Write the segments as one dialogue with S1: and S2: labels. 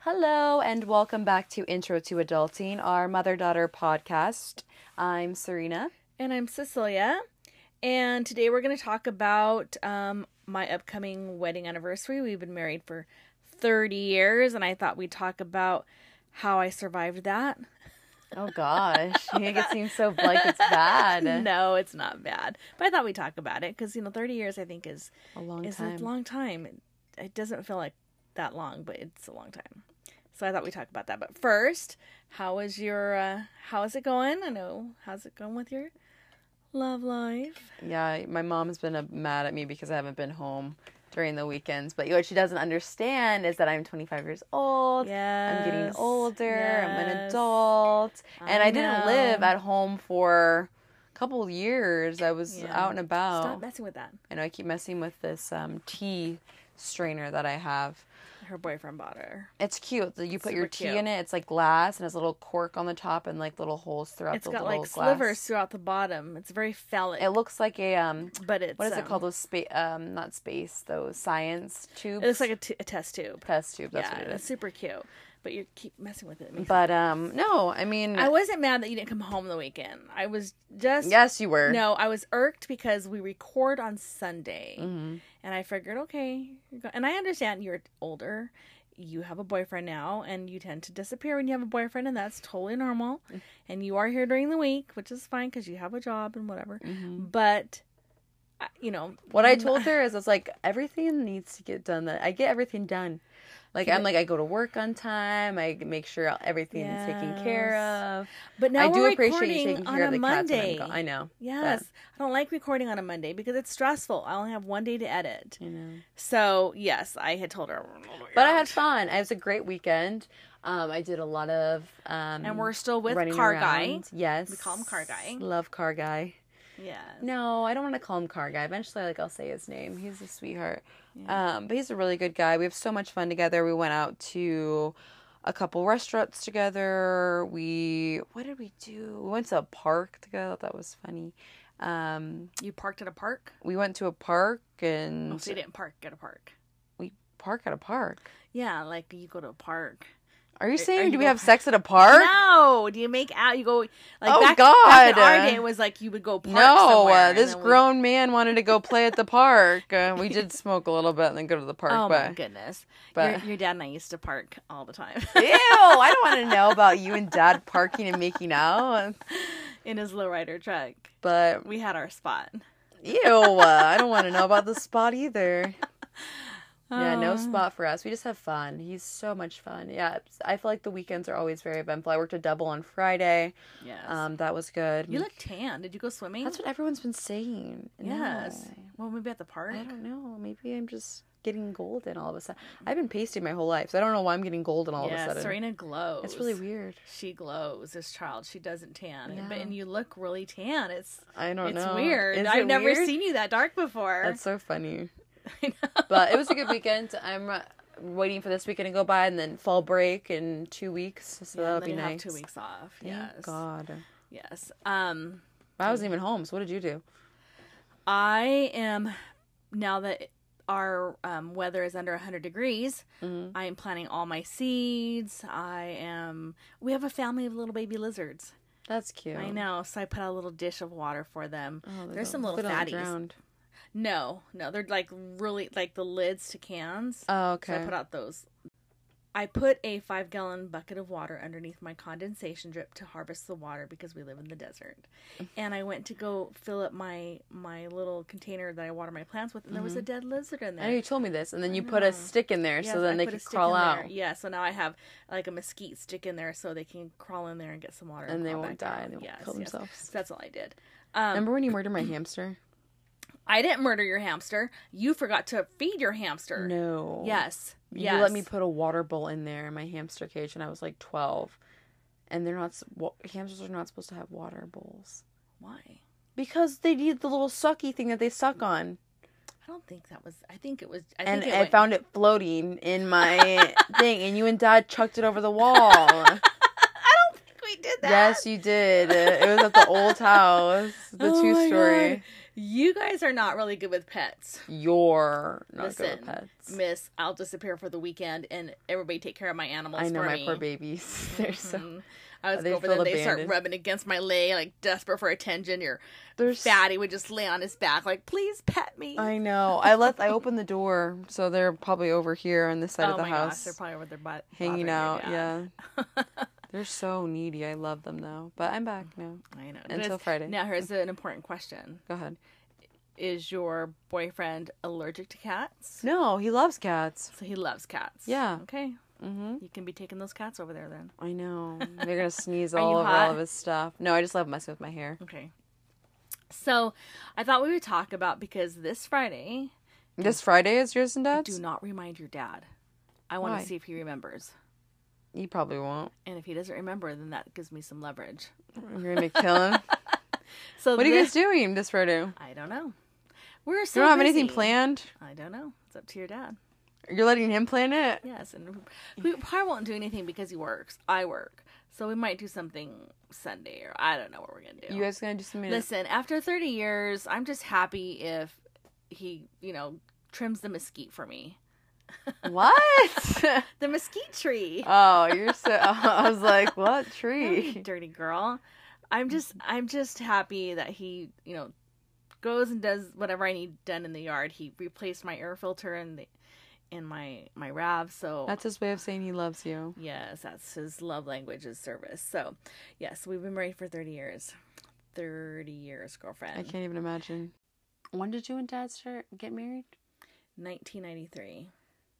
S1: Hello, and welcome back to Intro to Adulting, our mother daughter podcast. I'm Serena.
S2: And I'm Cecilia. And today we're going to talk about um, my upcoming wedding anniversary. We've been married for 30 years, and I thought we'd talk about how I survived that.
S1: Oh gosh, you make it seem so like it's bad.
S2: No, it's not bad. But I thought we'd talk about it because, you know, 30 years I think is,
S1: A long
S2: is
S1: time.
S2: a long time. It, it doesn't feel like that long, but it's a long time. So I thought we'd talk about that. But first, how is your, uh, how is it going? I know, how's it going with your love life?
S1: Yeah, my mom's been uh, mad at me because I haven't been home during the weekends. But what she doesn't understand is that I'm 25 years old.
S2: Yeah.
S1: I'm getting older. I'm an
S2: yes.
S1: adult, and I,
S2: I
S1: didn't
S2: know.
S1: live at home for a couple of years. I was
S2: Yeah.
S1: out and about.
S2: Stop messing with that.
S1: I know I keep messing with this um, tea strainer that I have.
S2: Her boyfriend bought her.
S1: It's cute. You put your
S2: Super
S1: tea
S2: cute.
S1: in it. It's like glass and has a little cork on the top and like little holes throughout
S2: it's
S1: the
S2: got
S1: little
S2: like
S1: glass.
S2: slivers throughout the bottom. It's very phallic,
S1: It looks like a um.
S2: but it's
S1: What is
S2: um,
S1: it called? Those space um not space those science tubes.
S2: It looks like a, t- a test tube.
S1: test tube. That's
S2: yeah,
S1: what it
S2: it's
S1: is.
S2: super cute. But you keep messing with it. it. makes-
S1: But um no, I mean
S2: I wasn't mad that you didn't come home the weekend. I was just
S1: yes you were.
S2: No, I was irked because we record on Sunday,
S1: Mm-hmm.
S2: and I figured, okay, you're go- and I understand you're older, you have a boyfriend now, and you tend to disappear when you have a boyfriend, and that's totally normal.
S1: Mm-hmm.
S2: And you are here during the week, which is fine because you have a job and whatever. But I- you know
S1: Mm-hmm. What I told her is, it's like everything needs to get done. That I get everything done. Like I'm like I go to work on time. I make sure everything's taken care of.
S2: But now
S1: I do
S2: we're
S1: appreciate you
S2: recording
S1: taking
S2: on
S1: care of
S2: a
S1: the cats when I'm
S2: Monday.
S1: gone. I know.
S2: Yes, I don't like recording on a Monday because it's stressful. I only have one day to edit.
S1: You know.
S2: So yes, I had told her,
S1: But I had fun. It was a great weekend. Um, I did a lot of um,
S2: and we're still with
S1: running
S2: Car Guy.
S1: around. Yes,
S2: We call him Car Guy.
S1: Love car guy.
S2: Yeah.
S1: No, I don't want to call him car guy. Eventually, like I'll say his name. He's a sweetheart.
S2: uh,
S1: Um, but he's a really good guy. We have so much fun together. We went out to a couple restaurants together. We what did we do? We went to a park together. That was funny. Um,
S2: You parked at a park?
S1: we went to a park and
S2: Oh, so you didn't park at a park.
S1: we park at a park.
S2: Yeah, like you go to a park.
S1: Are you saying
S2: you
S1: do we
S2: go-
S1: have sex at a park?
S2: No, do you make out? You go like
S1: Oh,
S2: back, back in
S1: God.
S2: our day it was like you would go park
S1: No,
S2: somewhere.
S1: uh,
S2: and
S1: this
S2: then we-
S1: grown man wanted to go play at the park. Uh, we did smoke a little bit and then go to the park.
S2: Oh my
S1: but
S2: goodness!
S1: but-
S2: your, your dad and I used to park all the time
S1: ew, I don't want to know about you and dad parking and making out.
S2: in his lowrider truck.
S1: But
S2: We had our spot.
S1: ew, uh, I don't want to know about the spot either. Yeah, no spot for us. We just have fun. He's so much fun. Yeah, it's- I feel like the weekends are always very eventful. I worked a double on Friday.
S2: Yes.
S1: Um, that was good.
S2: you look tan. Did you go swimming?
S1: That's what everyone's been saying. No.
S2: yes. Well, maybe at the park.
S1: I don't know. Maybe I'm just getting golden all of a sudden. I've been pasting my whole life, so I don't know why I'm getting golden all of a
S2: yeah,
S1: sudden.
S2: Serena glows.
S1: It's really weird.
S2: She glows as child. She doesn't tan, and, but,
S1: Yeah.
S2: and you look really tan. It's
S1: I don't
S2: it's
S1: know.
S2: weird.
S1: Oh, Is
S2: I've
S1: it
S2: never
S1: weird?
S2: seen you that dark before.
S1: That's so funny.
S2: I know.
S1: But it was a good weekend. I'm uh, waiting for this weekend to go by, and then fall break in two weeks. So
S2: Yeah,
S1: that'll
S2: and then
S1: be
S2: you
S1: nice.
S2: Have two weeks off.
S1: Thank
S2: yes.
S1: God.
S2: Yes. Um,
S1: I wasn't even home. So what did you do?
S2: I am now that our um, weather is under 100 degrees.
S1: Mhm.
S2: I am planting all my seeds. I am. We have a family of little baby lizards.
S1: That's cute.
S2: I know, so I put out a little dish of water for them.
S1: Oh, they
S2: There's
S1: don't-
S2: some little
S1: they don't
S2: fatties.
S1: drown.
S2: No, no, they're like really like the lids to cans.
S1: Oh,
S2: So
S1: okay.
S2: I put out those. I put a five gallon bucket of water underneath my condensation drip to harvest the water because we live in the desert. And I went to go fill up my my little container that I water my plants with, and there was
S1: Mm-hmm.
S2: a dead lizard in
S1: I know you
S2: there.
S1: told me this, and then you put a stick in there
S2: Yes,
S1: Oh, so then
S2: I
S1: they
S2: put a
S1: could
S2: stick
S1: crawl
S2: in there.
S1: out,
S2: Yeah, so now I have like a mesquite stick in there so they can crawl in there and get some water.
S1: and they
S2: crawl
S1: won't
S2: back
S1: die.
S2: out.
S1: They won't
S2: Yes,
S1: kill
S2: yes.
S1: themselves.
S2: So that's all I did. Um,
S1: Remember when you murdered my hamster?
S2: I didn't murder your hamster. You forgot to feed your hamster.
S1: No.
S2: Yes.
S1: You
S2: yes.
S1: let me put a water bowl in there in my hamster cage, and I was like twelve, and they're not s- wa- hamsters are not supposed to have water bowls
S2: Why?
S1: because they need the little sucky thing that they suck on.
S2: I don't think that was. I think it was. I
S1: and
S2: think it
S1: I
S2: went-
S1: found it floating in my thing, and you and Dad chucked it over the wall.
S2: I don't think we did that.
S1: yes, you did. It was at the old house, the
S2: Oh my
S1: two
S2: God.
S1: story.
S2: You guys are not really good with pets.
S1: You're not good
S2: Listen,
S1: with pets.
S2: Miss, I'll disappear for the weekend, and everybody take care of my animals.
S1: I know
S2: for
S1: my
S2: me.
S1: poor babies. They're so
S2: Mhm. I was
S1: They
S2: over
S1: feel
S2: there. They start
S1: abandoned.
S2: rubbing against my leg, like desperate for attention. Your
S1: they're so
S2: fatty would just lay on his back, like, "Please pet me."
S1: I know. I left. I opened the door, so they're probably over here on this side of the house,
S2: Oh they're probably over their butt
S1: hanging out. Yeah, they're so needy. I love them though. But I'm back now.
S2: I know.
S1: Until
S2: This-
S1: Friday.
S2: Now here's an important question:
S1: Go ahead.
S2: Is your boyfriend allergic to cats?
S1: No, he loves cats.
S2: So he loves cats.
S1: Yeah.
S2: Okay.
S1: Mm-hmm.
S2: You can be taking those cats over there then.
S1: I know. They're gonna sneeze
S2: Are you
S1: all over all
S2: hot?
S1: of his stuff. No, I just love messing with my hair.
S2: Okay. So, I thought we would talk about because this Friday,
S1: This Friday is yours and
S2: do
S1: Dad's.
S2: not remind your dad. I want
S1: Why?
S2: to see if he remembers.
S1: You probably won't.
S2: And if he doesn't remember, then that gives me some leverage.
S1: You're gonna kill him.
S2: So
S1: what are you
S2: thi-
S1: guys doing this Friday? You
S2: I don't know. We're so
S1: don't have anything
S2: busy.
S1: planned.
S2: I don't know. It's up to your dad.
S1: You're letting him plan it.
S2: Yes, and we probably won't do anything because he works. I work, so we might do something Sunday or I don't know what we're gonna do.
S1: You guys gonna do something?
S2: Listen, after 30 years, I'm just happy if he, you know, trims the mesquite for me.
S1: What?
S2: The mesquite tree.
S1: Oh, you're so. I was like, what
S2: Don't be
S1: tree?
S2: Oh, dirty girl. I'm
S1: Mm-hmm.
S2: just I'm just happy that he, you know, goes and does whatever I need done in the yard. He replaced my air filter and the in my my RAV, so
S1: That's his way of saying he loves you.
S2: yes, that's his love language is service. So, yes, we've been married for 30 years. 30 years, girlfriend.
S1: I can't even imagine. When did you and Dad start get married?
S2: 1993.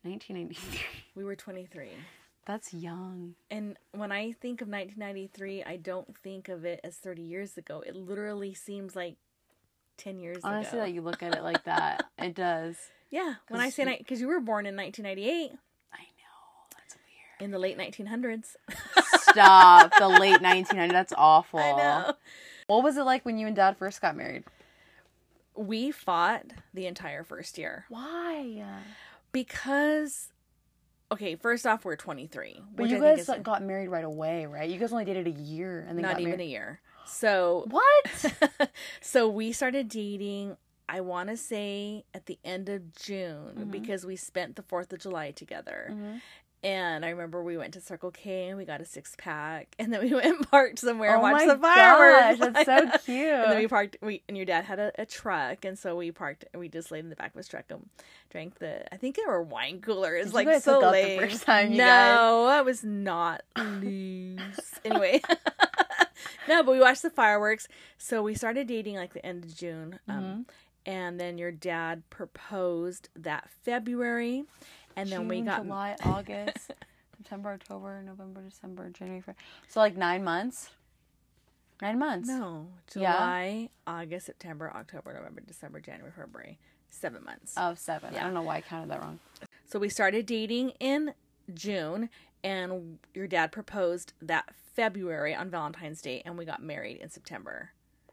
S1: 1993.
S2: We were 23.
S1: That's young.
S2: And when I think of 1993, I don't think of it as 30 years ago. It literally seems like 10 years
S1: Honestly,
S2: ago.
S1: that you look at it like that, it does.
S2: Yeah, when I
S1: 'Cause
S2: say
S1: you-
S2: because you were born in 1998
S1: I know. That's weird.
S2: in the late 1900s.
S1: Stop the late 1990s. That's awful.
S2: I know.
S1: What was it like when you and Dad first got married?
S2: We fought the entire first year
S1: Why?
S2: because, okay, first off, we're 23,
S1: But
S2: which
S1: you
S2: I think
S1: guys
S2: is
S1: like, got married right away, right? You guys only dated a year and then
S2: not
S1: got
S2: even
S1: married.
S2: a year. So
S1: What?
S2: so we started dating. I want to say at the end of June
S1: Mhm.
S2: because we spent the 4th of July together.
S1: Mhm.
S2: And I remember we went to Circle K and we got a six pack and then we went and parked somewhere
S1: Oh
S2: and watched
S1: my
S2: the fireworks.
S1: gosh, that's so cute.
S2: And then we parked. We and your dad had a, a truck, and so we parked. We just laid in the back of his truck and drank the. I think they were wine coolers.
S1: Did you
S2: like
S1: guys
S2: so
S1: hook up the
S2: lame.
S1: first time, you
S2: no,
S1: guys?
S2: that was not loose. anyway, no, but we watched the fireworks. So we started dating like the end of June, um,
S1: Mm-hmm.
S2: and then your dad proposed that February, and then we
S1: June,
S2: got
S1: July, August, September, October, November, December, January, February. So like nine months. Nine months.
S2: no
S1: Yeah.
S2: July, August, September, October, November, December, January, February, seven months.
S1: Oh, seven.
S2: Yeah.
S1: I don't know why I counted that wrong.
S2: So we started dating in June, and your dad proposed that February on Valentine's Day, and we got married in September.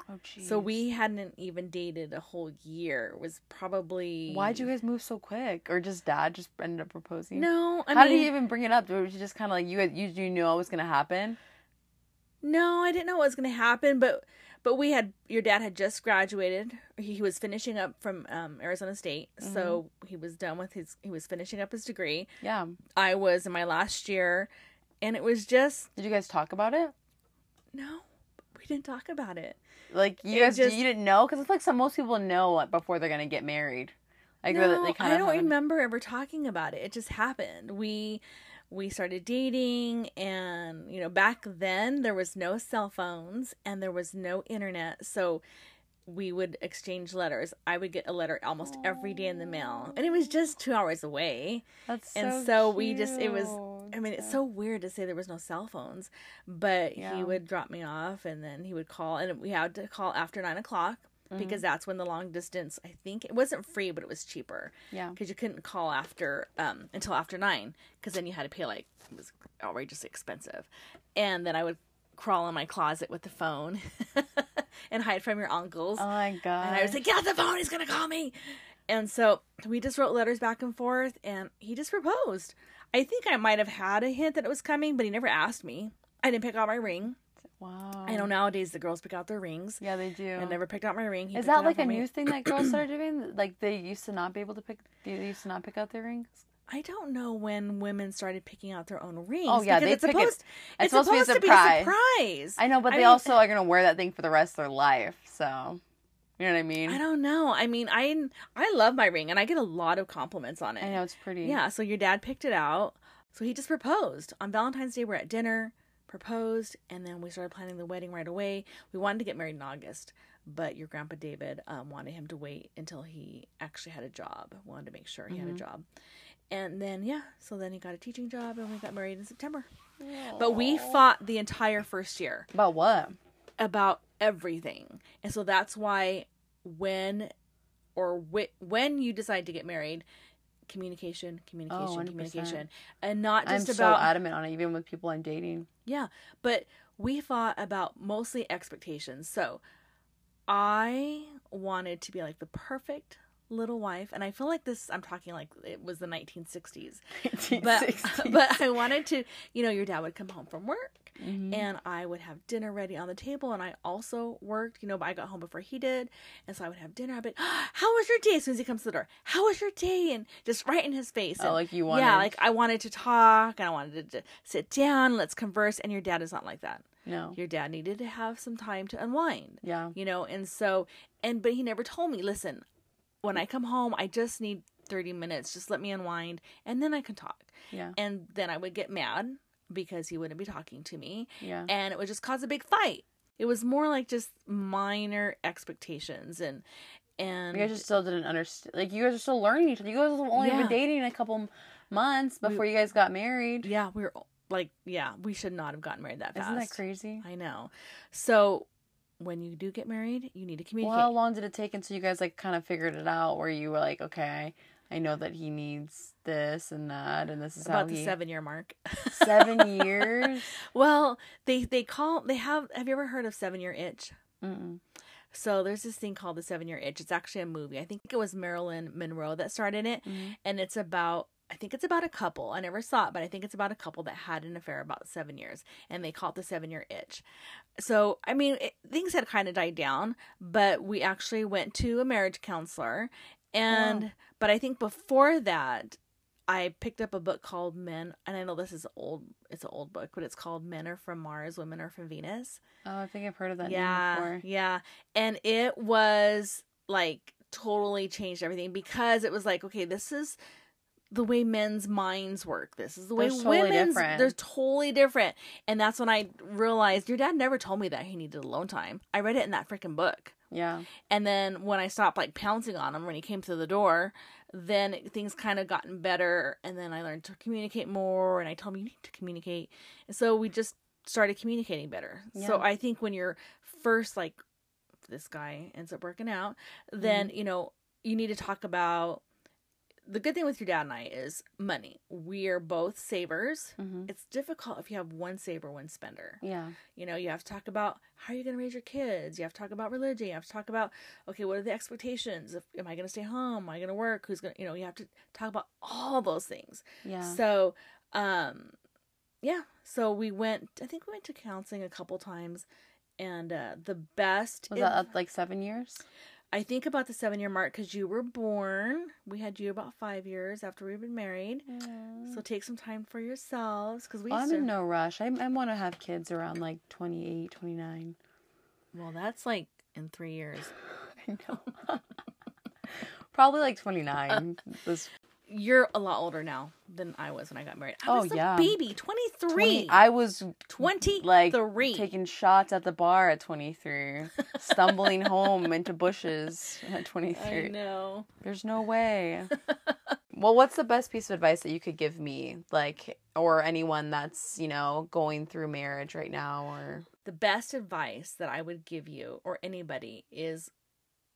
S1: Oh, geez.
S2: So we hadn't even dated a whole year. It was probably
S1: Why'd you guys move so quick? Or just dad just ended up proposing?
S2: No, I
S1: How
S2: mean,
S1: did he even bring it up? Was you just kind of like you? had- You you knew what was gonna happen.
S2: no, I didn't know what was going to happen, but but we had your dad had just graduated. He, he was finishing up from um, Arizona State, so
S1: Mm-hmm.
S2: he was done with his. He was finishing up his degree.
S1: Yeah.
S2: I was in my last year, and it was just
S1: Did you guys talk about it?
S2: no, we didn't talk about it.
S1: Like you
S2: It
S1: guys,
S2: just-
S1: you didn't know because it's like some most people know like, before they're gonna get married. Like
S2: no,
S1: they, they kind
S2: I
S1: of
S2: don't
S1: haven't-
S2: remember ever talking about it. It just happened. We we started dating and you know back then there was no cell phones and there was no internet. So we would exchange letters. I would get a letter almost every day in the mail. And it was just 2 hours away.
S1: That's
S2: and so we just- it was- I mean, it's so weird to say there was no cell phones, but
S1: Yeah.
S2: he would drop me off and then he would call, and we had to call after nine o'clock
S1: Mm-hmm.
S2: because that's when the long distance. I think it wasn't free, but it was cheaper
S1: yeah.
S2: because you couldn't call after um until after nine because then you had to pay like it was outrageously expensive, and then I would crawl in my closet with the phone and hide from your uncles.
S1: Oh my god.
S2: And I was like, "Get off the phone! He's gonna call me." And so we just wrote letters back and forth, and he just proposed. I think I might have had a hint that it was coming, but he never asked me. I didn't pick out my ring.
S1: Wow.
S2: I know nowadays the girls pick out their rings.
S1: Oh. Yeah, they do.
S2: I never picked out my ring. He
S1: Is
S2: picked it
S1: that
S2: out
S1: like
S2: for
S1: a
S2: me.
S1: new thing that girls started doing? Like they used to not be able to pick. They used to not pick out their rings.
S2: I don't know when women started picking out their own rings.
S1: Oh, yeah,
S2: because
S1: they
S2: it's
S1: pick it-
S2: supposed,
S1: it's supposed to be a
S2: surprise.
S1: I know, but
S2: I
S1: they
S2: mean-
S1: also are gonna wear that thing for the rest of their life. So, you know what I mean?
S2: I don't know. I mean, I I love my ring, and I get a lot of compliments on it.
S1: I know it's pretty.
S2: Yeah, so your dad picked it out. So he just proposed. On Valentine's Day, we're at dinner, proposed, and then we started planning the wedding right away. We wanted to get married in August, but your grandpa David um, wanted him to wait until he actually had a job, wanted to make sure he
S1: Mm-hmm.
S2: had a job. And then, yeah, so then he got a teaching job and we got married in September. But we fought the entire first year
S1: About what?
S2: about everything. And so that's why when or whi- when you decide to get married, communication, communication,
S1: Oh, 100%.
S2: communication, and not
S1: I'm
S2: just
S1: so
S2: about
S1: adamant on it, even with people I'm dating.
S2: yeah, but we thought about mostly expectations. So I wanted to be like the perfect little wife and I feel like this I'm talking like it was the 1960s. But but I wanted to, you know, your dad would come home from work
S1: Mhm.
S2: and I would have dinner ready on the table. And I also worked, you know, but I got home before he did, and so I would have dinner. I'd be, "How was your day?" As soon as he comes to the door, "How was your day?" And just right in his face.
S1: oh,
S2: and-
S1: like you wanted.
S2: yeah, like I wanted to talk, and I wanted to, to sit down, let's converse. And your dad is not like that.
S1: no.
S2: Your dad needed to have some time to unwind,
S1: Yeah.
S2: you know. And so, and but he never told me. Listen, when I come home, I just need thirty minutes. Just let me unwind, and then I can talk.
S1: Yeah.
S2: And then I would get mad because he wouldn't be talking to me
S1: Yeah.
S2: and it would just cause a big fight. It was more like just minor expectations and and
S1: You guys just still didn't understand. Like you guys are still learning each other. You guys have only
S2: Yeah.
S1: been dating a couple m- months before you guys got married.
S2: yeah, we were like yeah, we should not have gotten married that fast.
S1: Isn't that crazy?
S2: I know. So when you do get married, you need to communicate.
S1: Well, how long did it take until you guys like kind of figured it out, where you were like, okay, I know that he needs this and that, and this is how
S2: about the
S1: he
S2: seven year mark.
S1: seven years.
S2: Well, they they call they have have you ever heard of seven year itch?
S1: Mm-mm.
S2: So there's this thing called the seven year itch. It's actually a movie. I think it was Marilyn Monroe that started it.
S1: Mhm.
S2: and it's about I think it's about a couple. I never saw it, but I think it's about a couple that had an affair about seven years, and they call it the seven year itch. So I mean, it, things had kind of died down, but we actually went to a marriage counselor, and but I think before that. I picked up a book called Men, and I know this is old. It's an old book, but it's called "Men Are from Mars, Women Are from Venus."
S1: Oh, I think I've heard of that
S2: yeah,
S1: name before.
S2: Yeah. And it was like totally changed everything because it was like, okay, this is the way men's minds work. This is the way
S1: They're totally
S2: women's
S1: different.
S2: they're totally different. And that's when I realized your dad never told me that he needed alone time. I read it in that freaking book.
S1: Yeah,
S2: And then when I stopped like pouncing on him when he came through the door, then it- things kind of gotten better. And then I learned to communicate more. And I told him, you need to communicate. And so we just started communicating better. So
S1: Yeah.
S2: I think when you're first like, this guy ends up working out, then, you know, you need to talk about. The good thing with your dad and I is money. We are both savers.
S1: hmm
S2: It's difficult if you have one saver, one spender.
S1: yeah.
S2: You know, you have to talk about how you're going to raise your kids. You have to talk about religion. You have to talk about, okay, what are the expectations? If, am I going to stay home? Am I going to work? Who's going to, you know, you have to talk about all those things.
S1: Yeah.
S2: So, um, yeah. So we went, I think we went to counseling a couple times. And uh, the best,
S1: was
S2: in-
S1: that up like seven years?
S2: I think about the seven year mark because you were born. We had you about five years after we've been married. So take some time for yourselves because we
S1: Well, I'm
S2: used to-
S1: in no rush. Mm. Oh, I, I want to have kids around like 28, 29.
S2: well, that's like in three years.
S1: I know. Probably like 29. This
S2: you're a lot older now than I was when I got married. I
S1: Oh,
S2: was
S1: yeah.
S2: a baby, 23.
S1: 20, I was
S2: 23.
S1: like taking shots at the bar at 23, stumbling home into bushes at
S2: I
S1: 23.
S2: know.
S1: There's no way. well, what's the best piece of advice that you could give me, like, or anyone that's, you know, going through marriage right now or
S2: The best advice that I would give you or anybody is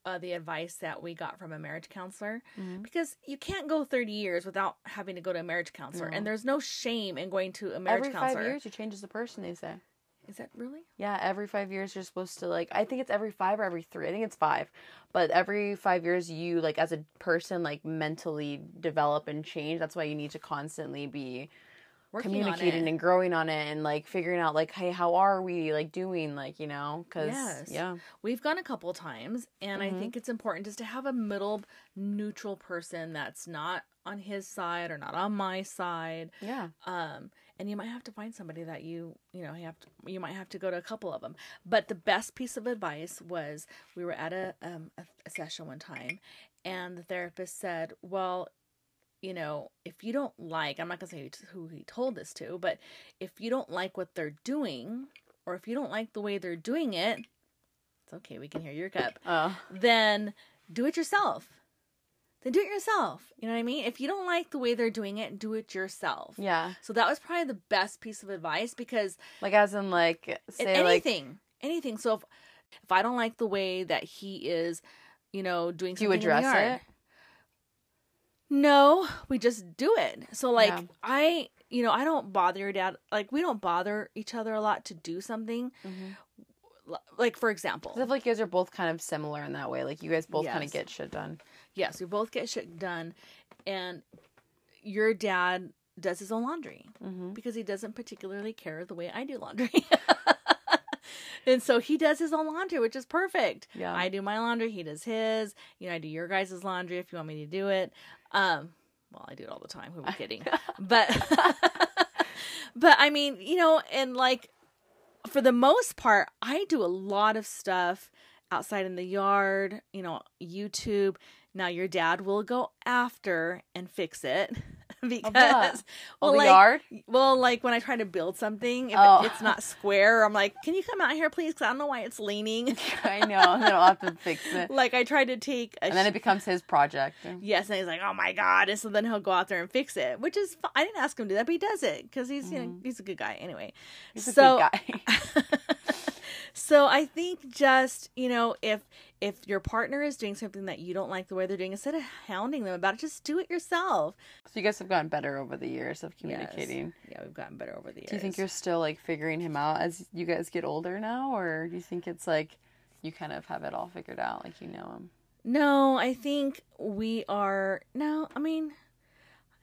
S2: uh, the advice that we got from a marriage counselor because you can't go 30 years without having to go to a marriage counselor
S1: No.
S2: and there's no shame in going to a marriage
S1: every
S2: counselor.
S1: five years you change as a person, they say.
S2: Is that really?
S1: Yeah, every five years you're supposed to like. I think it's every five or every three. I think it's five, but every five years you like as a person like mentally develop and change. That's why you need to constantly be
S2: Working on
S1: communicating
S2: it.
S1: and growing on it and like figuring out like hey how are we like doing like you know because
S2: Yes.
S1: yeah
S2: We've gone a couple times, and I think it's important just to have a middle neutral person that's not on his side or not on my side.
S1: yeah
S2: Um, and you might have to find somebody that you, you know, you have to, you might have to go to a couple of them. But the best piece of advice was we were at a um, a, a session one time, and the therapist said, "Well, you know, if you don't like, I'm not gonna say who he told this to, but if you don't like what they're doing, or if you don't like the way they're doing it, it's okay. We can hear your cup
S1: uh,
S2: then do it yourself. Then do it yourself. You know what I mean? If you don't like the way they're doing it, do it yourself.
S1: yeah
S2: So that was probably the best piece of advice because
S1: like as in like
S2: in
S1: say like
S2: anything, anything. So if, if I don't like the way that he is, you know, doing
S1: Do
S2: something
S1: you
S2: in the
S1: address
S2: yard,
S1: it?
S2: No, we just do it. So like
S1: Yeah.
S2: I, you know, I don't bother your dad. Like we don't bother each other a lot to do something.
S1: Mhm.
S2: L- Like for example,
S1: 'Cause I feel like you guys are both kind of similar in that way. Like you guys both kind
S2: Yes.
S1: of get shit done.
S2: Yes, we both get shit done, and your dad does his own laundry
S1: Mm-hmm.
S2: because he doesn't particularly care the way I do laundry. and so he does his own laundry, which is perfect.
S1: Yeah.
S2: I do my laundry, he does his. You know, I do your guys' laundry if you want me to do it. Um, well, I do it all the time. Who am I kidding? but but I mean, you know, and like for the most part, I do a lot of stuff outside in the yard, you know, YouTube. Now your dad will go after and fix it because
S1: Well,
S2: well,
S1: the
S2: like,
S1: yard.
S2: well, like when I try to build something, if it-
S1: Oh.
S2: it's not square, I'm like, can you come out here, please? Because I don't know why it's leaning.
S1: I know. And then I'll have to fix it.
S2: like I tried to take a
S1: And then
S2: sh-
S1: it becomes his project.
S2: yes, and he's like, oh my god, and so then he'll go out there and fix it, which is fi- I didn't ask him to do that, but he does it because he's you know, he's a good guy anyway.
S1: He's a
S2: so
S1: good guy.
S2: so I think just you know if if your partner is doing something that you don't like the way they're doing, instead of hounding them about it, just do it yourself.
S1: so you guys have gotten better over the years of communicating.
S2: Yes. Yeah, we've gotten better over the years.
S1: Do you think you're still like figuring him out as you guys get older now, or do you think it's like you kind of have it all figured out, like you know him?
S2: No, I think we are. No, I mean,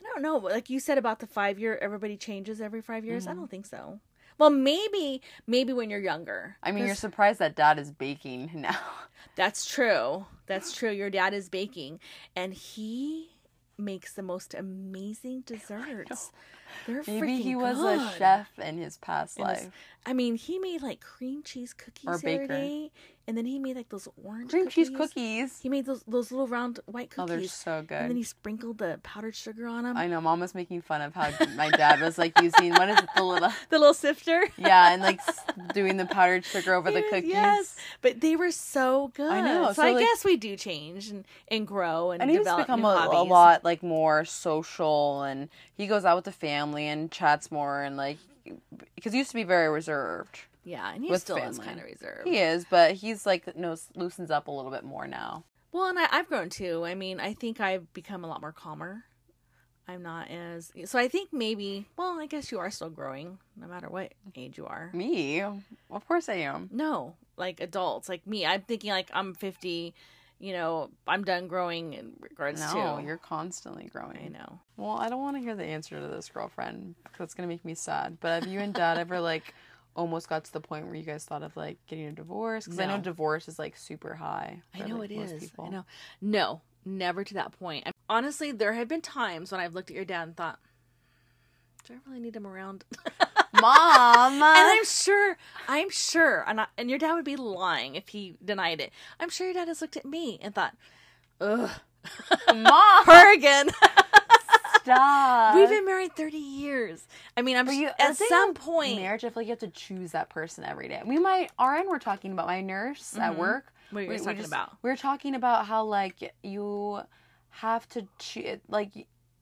S2: I don't know. Like you said about the five year, everybody changes every five years. I don't think so. Well, maybe, maybe when you're younger.
S1: I mean, you're
S2: 'Cause
S1: surprised that Dad is baking now.
S2: that's true. That's true. Your dad is baking, and he makes the most amazing desserts. They're
S1: Maybe he
S2: freaking
S1: was a
S2: good.
S1: chef in his past
S2: In his
S1: life.
S2: I mean, he made like cream cheese cookies
S1: Or
S2: the other
S1: baker.
S2: day, and then he made like those orange
S1: Cream
S2: cookies.
S1: cheese cookies.
S2: He made those those little round white cookies.
S1: Oh, they're so good.
S2: And then he sprinkled the powdered sugar on them.
S1: I know, mom was making fun of how my dad was like using what is it, the little
S2: the little sifter.
S1: yeah, and like s- doing the powdered sugar over the
S2: Yes,
S1: cookies.
S2: Yes, but they were so good.
S1: I know,
S2: So,
S1: so,
S2: I
S1: like-
S2: guess we do change and, and grow and,
S1: And he's
S2: develop
S1: become
S2: new
S1: a, a
S2: hobbies.
S1: lot like more social, and he goes out with the family and chats more, and like because he used to be very reserved.
S2: Yeah, and he
S1: with
S2: still is
S1: family.
S2: kind of reserved.
S1: He is, but he's like knows loosens up a little bit more now.
S2: Well, and I, I've grown too. I mean, I think I've become a lot more calmer. I'm not as so. I think maybe. Well, I guess you are still growing, no matter what age you are.
S1: Me, of course I am.
S2: No, like adults, like me. I'm thinking like I'm 50. You know, I'm done growing in regards
S1: No,
S2: to.
S1: you're constantly growing.
S2: I know.
S1: Well, I don't want to hear the answer to this, girlfriend. 'cause That's gonna make me sad. But have you and Dad ever like almost got to the point where you guys thought of like getting a divorce? Because I know
S2: No.
S1: divorce is like super high.
S2: I
S1: for,
S2: know
S1: like,
S2: it
S1: most
S2: is. I
S1: people.
S2: know. No, never to that point. I- Honestly, there have been times when I've looked at your dad and thought, "Do I really need him around?"
S1: Mom.
S2: and I'm sure, I'm sure, and I, and your dad would be lying if he denied it. I'm sure your dad has looked at me and thought, "Ugh,
S1: Mom,
S2: her again."
S1: Uh-huh. stop.
S2: We've been married 30 years. I mean, I'm
S1: But
S2: s-
S1: you- the
S2: at
S1: thing
S2: some
S1: with
S2: point.
S1: marriage. I feel like you have to choose that person every day. We might RN. We're talking about my nurse at work.
S2: Mm-hmm. What were you
S1: We-
S2: guys
S1: we
S2: talking
S1: just-
S2: about?
S1: We were talking about how like you have to choose. Like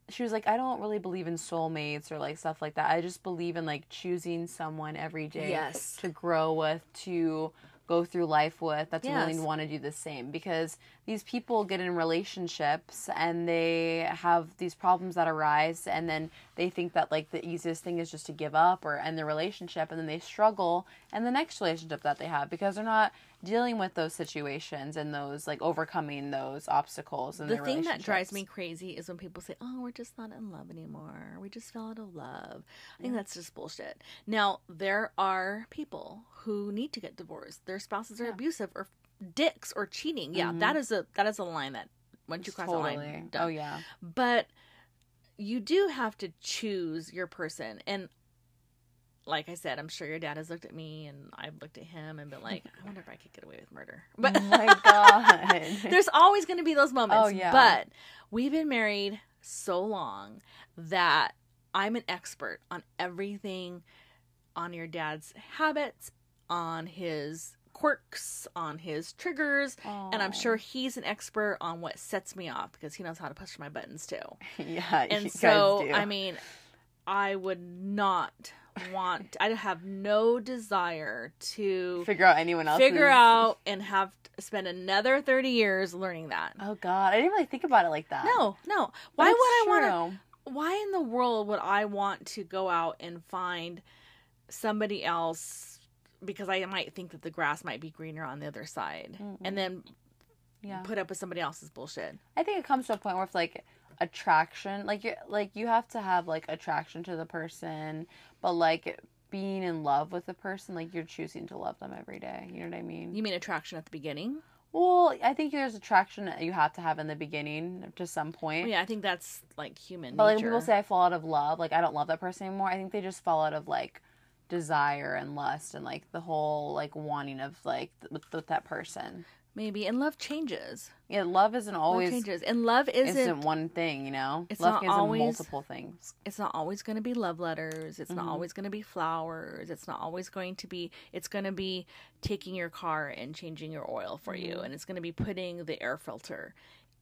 S1: she was like, I don't really believe in soulmates or like stuff like that. I just believe in like choosing someone every day.
S2: Yes.
S1: To grow with to go through life with that's willing
S2: Yes.
S1: to want to do the same because these people get in relationships and they have these problems that arise and then they think that like the easiest thing is just to give up or end the relationship and then they struggle and the next relationship that they have because they're not dealing with those situations and those like overcoming those obstacles and
S2: the thing that drives me crazy is when people say, "Oh, we're just not in love anymore. We just fell out of love." I think that's just bullshit. Now, there are people who need to get divorced. Their spouses are abusive or dicks or cheating. Yeah,
S1: Mhm.
S2: that is a that is a line that once you cross the
S1: totally
S2: line, done.
S1: oh yeah
S2: But you do have to choose your person. And like I said, I'm sure your dad has looked at me and I've looked at him and been like, I wonder if I could get away with murder. But
S1: oh my god
S2: there's always going to be those moments.
S1: Oh, yeah.
S2: But we've been married so long that I'm an expert on everything on your dad's habits, on his quirks, on his triggers. And I'm
S1: Aw.
S2: sure he's an expert on what sets me off because he knows how to push my buttons too.
S1: yeah you
S2: And
S1: guys
S2: so,
S1: do.
S2: I mean, I would not want, I have no desire to
S1: figure out anyone else
S2: figure out and have to spend another 30 years learning that.
S1: oh god i didn't really think about it like that
S2: No, no.
S1: But
S2: Why would
S1: it's
S2: I want
S1: Uh, true.
S2: to? Why in the world would I want to go out and find somebody else because I might think that the grass might be greener on the other side and then
S1: yeah
S2: put up with somebody else's bullshit?
S1: I think it comes to a point where it's like attraction, like you like you have to have like attraction to the person, but like being in love with the person, like you're choosing to love them every day. You know what I mean?
S2: You mean attraction at the beginning?
S1: Well, I think there's attraction that you have to have in the beginning to some point.
S2: yeah, I think that's like human
S1: But like when
S2: nature.
S1: people say I fall out of love, like I don't love that person anymore. I think they just fall out of like desire and lust and like the whole like wanting of like th- with, with that person.
S2: Maybe and love changes.
S1: Yeah, love isn't
S2: Always
S1: always
S2: love changes. And love isn't,
S1: isn't, one thing, you know.
S2: it's
S1: love
S2: not
S1: is
S2: always-
S1: multiple things.
S2: it's not always going to be love letters. It's
S1: Mm-hmm.
S2: not always going to be flowers. It's not always going to be, it's going to be taking your car and changing your oil for you.
S1: Mm-hmm.
S2: And it's going to be putting the air filter,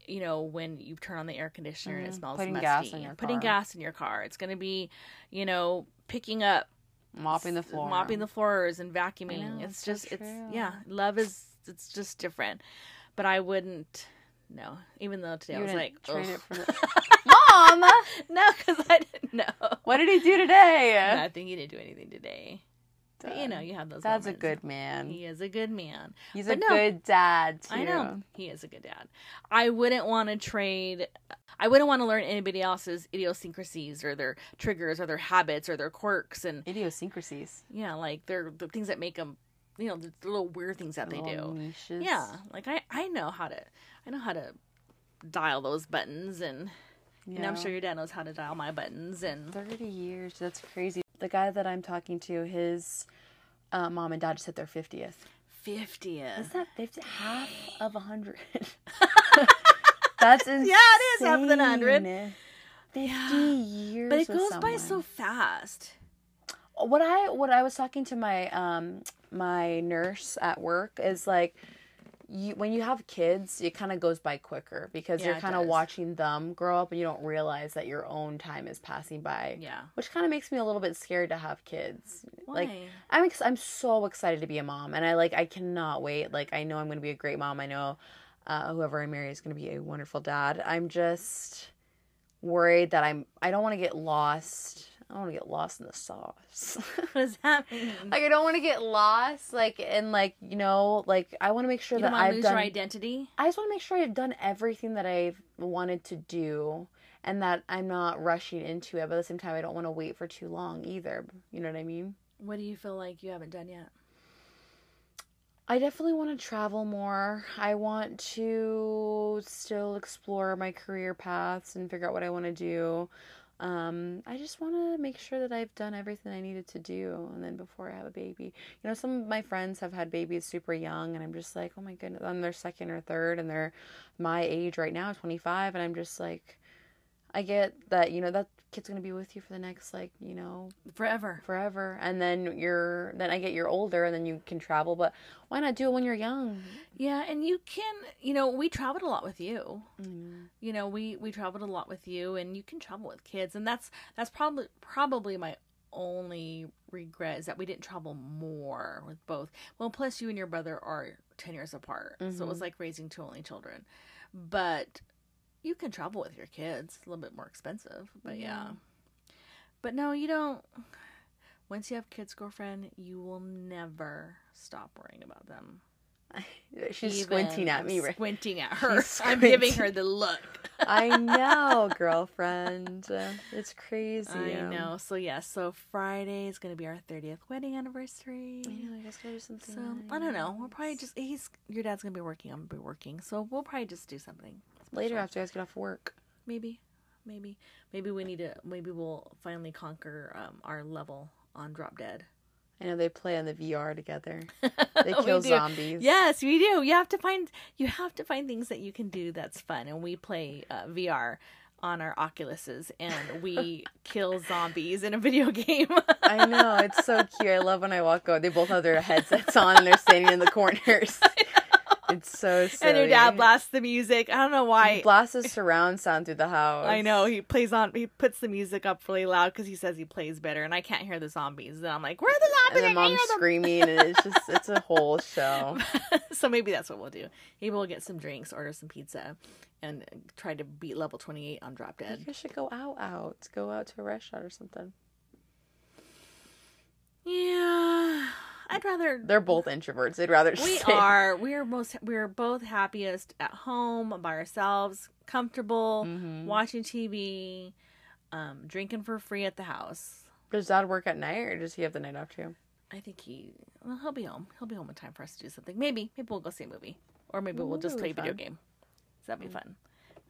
S2: you know, when you turn on the air conditioner and it
S1: Mhm.
S2: smells
S1: Putting
S2: musty.
S1: gas in your
S2: putting
S1: car.
S2: gas in your car. It's going to be, you know, picking up,
S1: Mopping the floor.
S2: mopping the floors and vacuuming.
S1: know,
S2: it's
S1: so
S2: just, it's,
S1: true.
S2: yeah, love is, it's just different. But I wouldn't, no, even though today
S1: You
S2: I was like,
S1: didn't trade
S2: "Ugh."
S1: it for the- Mom,
S2: no, because I didn't know.
S1: what did he do today?
S2: I think he didn't do anything today. But you know, you have those.
S1: Dad's a
S2: moments.
S1: good man.
S2: He is a good man.
S1: He's
S2: But
S1: a
S2: no.
S1: good dad too.
S2: I know he is a good dad. I wouldn't want to trade. I wouldn't want to learn anybody else's idiosyncrasies or their triggers or their habits or their quirks and
S1: Idiosyncrasies.
S2: yeah, like their the things that make them. You know, the little weird things that they
S1: Little
S2: do.
S1: Niches.
S2: Yeah, like I I know how to I know how to dial those buttons and
S1: yeah.
S2: and I'm sure your dad knows how to dial my buttons and
S1: Thirty years. That's crazy. The guy that I'm talking to, his uh, mom and dad just hit their fiftieth. Is
S2: fiftieth.
S1: that fifty? Half of a hundred. That's insane.
S2: Yeah, it is half of an hundred.
S1: Fifty years.
S2: But it
S1: with
S2: goes by
S1: someone.
S2: so fast.
S1: what I what I was talking to my um my nurse at work is like you when you have kids it kind of goes by quicker because
S2: Yeah,
S1: you're
S2: it
S1: kind of
S2: does.
S1: watching them grow up and you don't realize that your own time is passing by.
S2: Yeah.
S1: Which kind of makes me a little bit scared to have kids. Like
S2: Why?
S1: I'm ex- I'm so excited to be a mom and I like I cannot wait. Like I know I'm going to be a great mom. I know uh, whoever I marry is going to be a wonderful dad. I'm just worried that I'm I don't want to get lost. I don't want to get lost in the sauce.
S2: What does that mean?
S1: like I don't want to get lost like and like you know like I want to make sure
S2: you
S1: that
S2: don't want to
S1: I've
S2: lose
S1: done
S2: your identity?
S1: I just want to make sure I've done everything that I've wanted to do and that I'm not rushing into it but at the same time I don't want to wait for too long either. You know what I mean?
S2: What do you feel like you haven't done yet?
S1: I definitely want to travel more. I want to still explore my career paths and figure out what I want to do. Um, I just want to make sure that I've done everything I needed to do, and then before I have a baby, you know, some of my friends have had babies super young, and I'm just like, oh my goodness, on their second or third, and they're my age right now, 25, and I'm just like, I get that, you know, that kid's gonna be with you for the next like, you know,
S2: Forever.
S1: forever and then you're then i get you're older and then you can travel but why not do it when you're young
S2: Yeah, and you can, you know, we traveled a lot with you.
S1: Mm.
S2: You know, we we traveled a lot with you and you can travel with kids and that's that's probably probably my only regret is that we didn't travel more with both. Well, plus you and your brother are 10 years apart. So it
S1: Mm-hmm.
S2: was like raising two only children. But you can travel with your kids, a little bit more expensive, but yeah. But no, you don't once you have kids, girlfriend, you will never stop worrying about them.
S1: She's
S2: Even-
S1: squinting at
S2: I'm
S1: me. Right.
S2: Squinting at her.
S1: She's
S2: I'm giving
S1: squinting.
S2: her the look.
S1: I know, girlfriend. It's crazy.
S2: I
S1: um,
S2: know. So yeah, so Friday is gonna be our thirtieth wedding anniversary.
S1: I know. I guess there's something.
S2: So I don't know. We'll
S1: nice.
S2: probably just he's your dad's gonna be working. I'm gonna be working. So we'll probably just do something
S1: later
S2: special.
S1: after you guys get off work.
S2: Maybe, maybe, maybe we need to. Maybe we'll finally conquer um, our level on Drop Dead.
S1: I know they play on the VR together. They
S2: We
S1: kill
S2: do.
S1: zombies.
S2: Yes, we do. You have to find you have to find things that you can do that's fun, and we play uh, VR on our Oculuses, and we kill zombies in a video game.
S1: I know. It's so cute. I love when I walk over. They both have their headsets on and they're standing in the corners. It's so silly.
S2: and your dad blasts the music. I don't know why.
S1: He blasts his surround sound through the house.
S2: I know he plays on. He puts the music up really loud because he says he plays better, and I can't hear the zombies. And I'm like, where are the zombies?
S1: And
S2: I
S1: the
S2: can't
S1: mom's
S2: hear them."
S1: screaming, and it's just, it's a whole show.
S2: so maybe that's what we'll do. Maybe we'll get some drinks, order some pizza, and try to beat level 28 on Drop
S1: You
S2: Dead.
S1: guys should go out, out. Go out to a restaurant or something.
S2: Yeah, I'd rather.
S1: They're both introverts. They'd rather just
S2: we
S1: stay-
S2: are. We are most. We are both happiest at home by ourselves, comfortable,
S1: Mhm.
S2: watching TV, um, drinking for free at the house.
S1: Does dad work at night or does he have the night off too?
S2: I think he. Well, he'll be home. He'll be home in time for us to do something. Maybe. Maybe we'll go see a movie, or maybe
S1: Well,
S2: we'll
S1: that
S2: just
S1: would
S2: play
S1: be
S2: a video
S1: fun.
S2: game. So that'd be fun.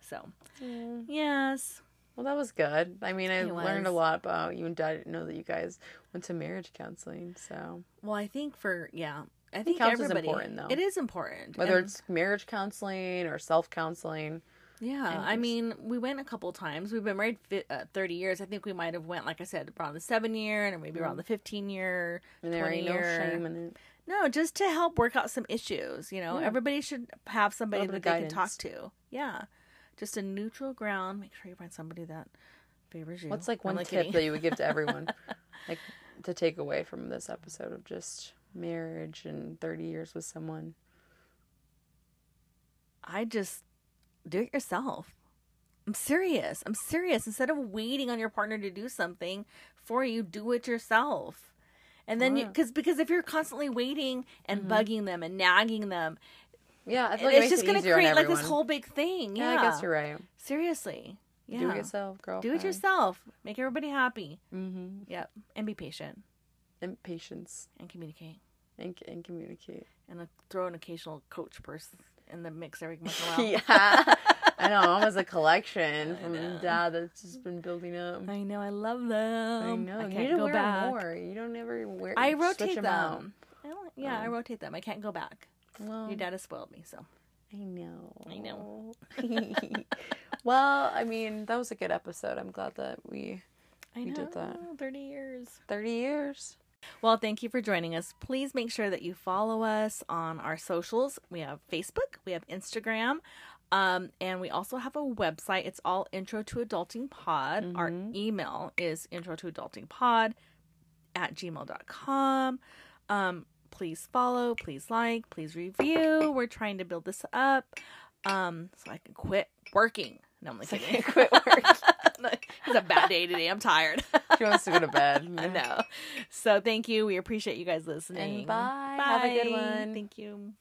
S2: So
S1: Well,
S2: yes.
S1: that was good. I mean, I
S2: It
S1: learned a
S2: was.
S1: lot about you and dad. I didn't know that you guys went to marriage counseling. So
S2: Well, I think for yeah, I think
S1: counseling's
S2: everybody.
S1: important, though.
S2: It is important.
S1: whether
S2: and-
S1: it's marriage counseling or self counseling,
S2: yeah, I
S1: interest.
S2: mean, we went a couple times. We've been married fi- uh, thirty years. I think we might have went like I said around the seven year and maybe
S1: Mm.
S2: around the fifteen year.
S1: and there
S2: 20
S1: ain't no
S2: year-
S1: shame in it.
S2: No, just to help work out some issues. You know,
S1: Yeah.
S2: everybody should have somebody
S1: little
S2: that
S1: bit
S2: they
S1: of
S2: can talk
S1: guidance.
S2: to. Yeah, just a neutral ground. Make sure you find somebody that favors you.
S1: What's like
S2: I'm
S1: one
S2: only
S1: tip
S2: kidding.
S1: that you would give to everyone, like to take away from this episode of just marriage and thirty years with someone?
S2: I just do it yourself. I'm serious. I'm serious. Instead of waiting on your partner to do something for you, do it yourself. And then you
S1: Alright.
S2: because because if you're constantly waiting and bugging them and nagging them,
S1: Yeah, Mm-hmm. I feel like it
S2: it's
S1: makes
S2: just
S1: it
S2: going to
S1: easier on
S2: create like this
S1: everyone.
S2: whole big thing.
S1: Yeah,
S2: Yeah,
S1: I guess you're right.
S2: seriously. Yeah,
S1: Do it yourself, girl.
S2: Do it yourself. Make everybody happy.
S1: Mm-hmm.
S2: Yep, and be patient
S1: And patience
S2: and communicate
S1: and and communicate.
S2: and uh, throw an occasional coach person in the mix every once in a while.
S1: yeah, I know. Almost a collection
S2: I
S1: from
S2: know.
S1: dad that's just been building up.
S2: I know. I love them.
S1: I know.
S2: I
S1: you
S2: can't
S1: need to
S2: go
S1: wear
S2: back.
S1: more. You don't ever wear.
S2: I
S1: switch
S2: rotate
S1: 'em
S2: them.
S1: out.
S2: I don't, yeah, Um, I
S1: Um,
S2: rotate them. I can't go back.
S1: Well,
S2: Your dad has spoiled me, so
S1: I know.
S2: I know.
S1: well, I mean, that was a good episode. I'm glad that we
S2: I
S1: You did that.
S2: Thirty years.
S1: 30 years.
S2: Well, thank you for joining us. Please make sure that you follow us on our socials. We have Facebook, we have Instagram, um, and we also have a website. It's all Intro to Adulting Pod. Our
S1: Mm-hmm.
S2: email is intro to adulting pod at gmail.com. Um, please follow, please like, please review. We're trying to build this up um, so I can quit working. No, I'm only
S1: So I
S2: kidding.
S1: can quit
S2: working. it's a bad day today. I'm tired.
S1: She wants to go to bed.
S2: I know. So thank you. We appreciate you guys listening.
S1: And bye. Have a good
S2: Bye.
S1: one.
S2: Thank you.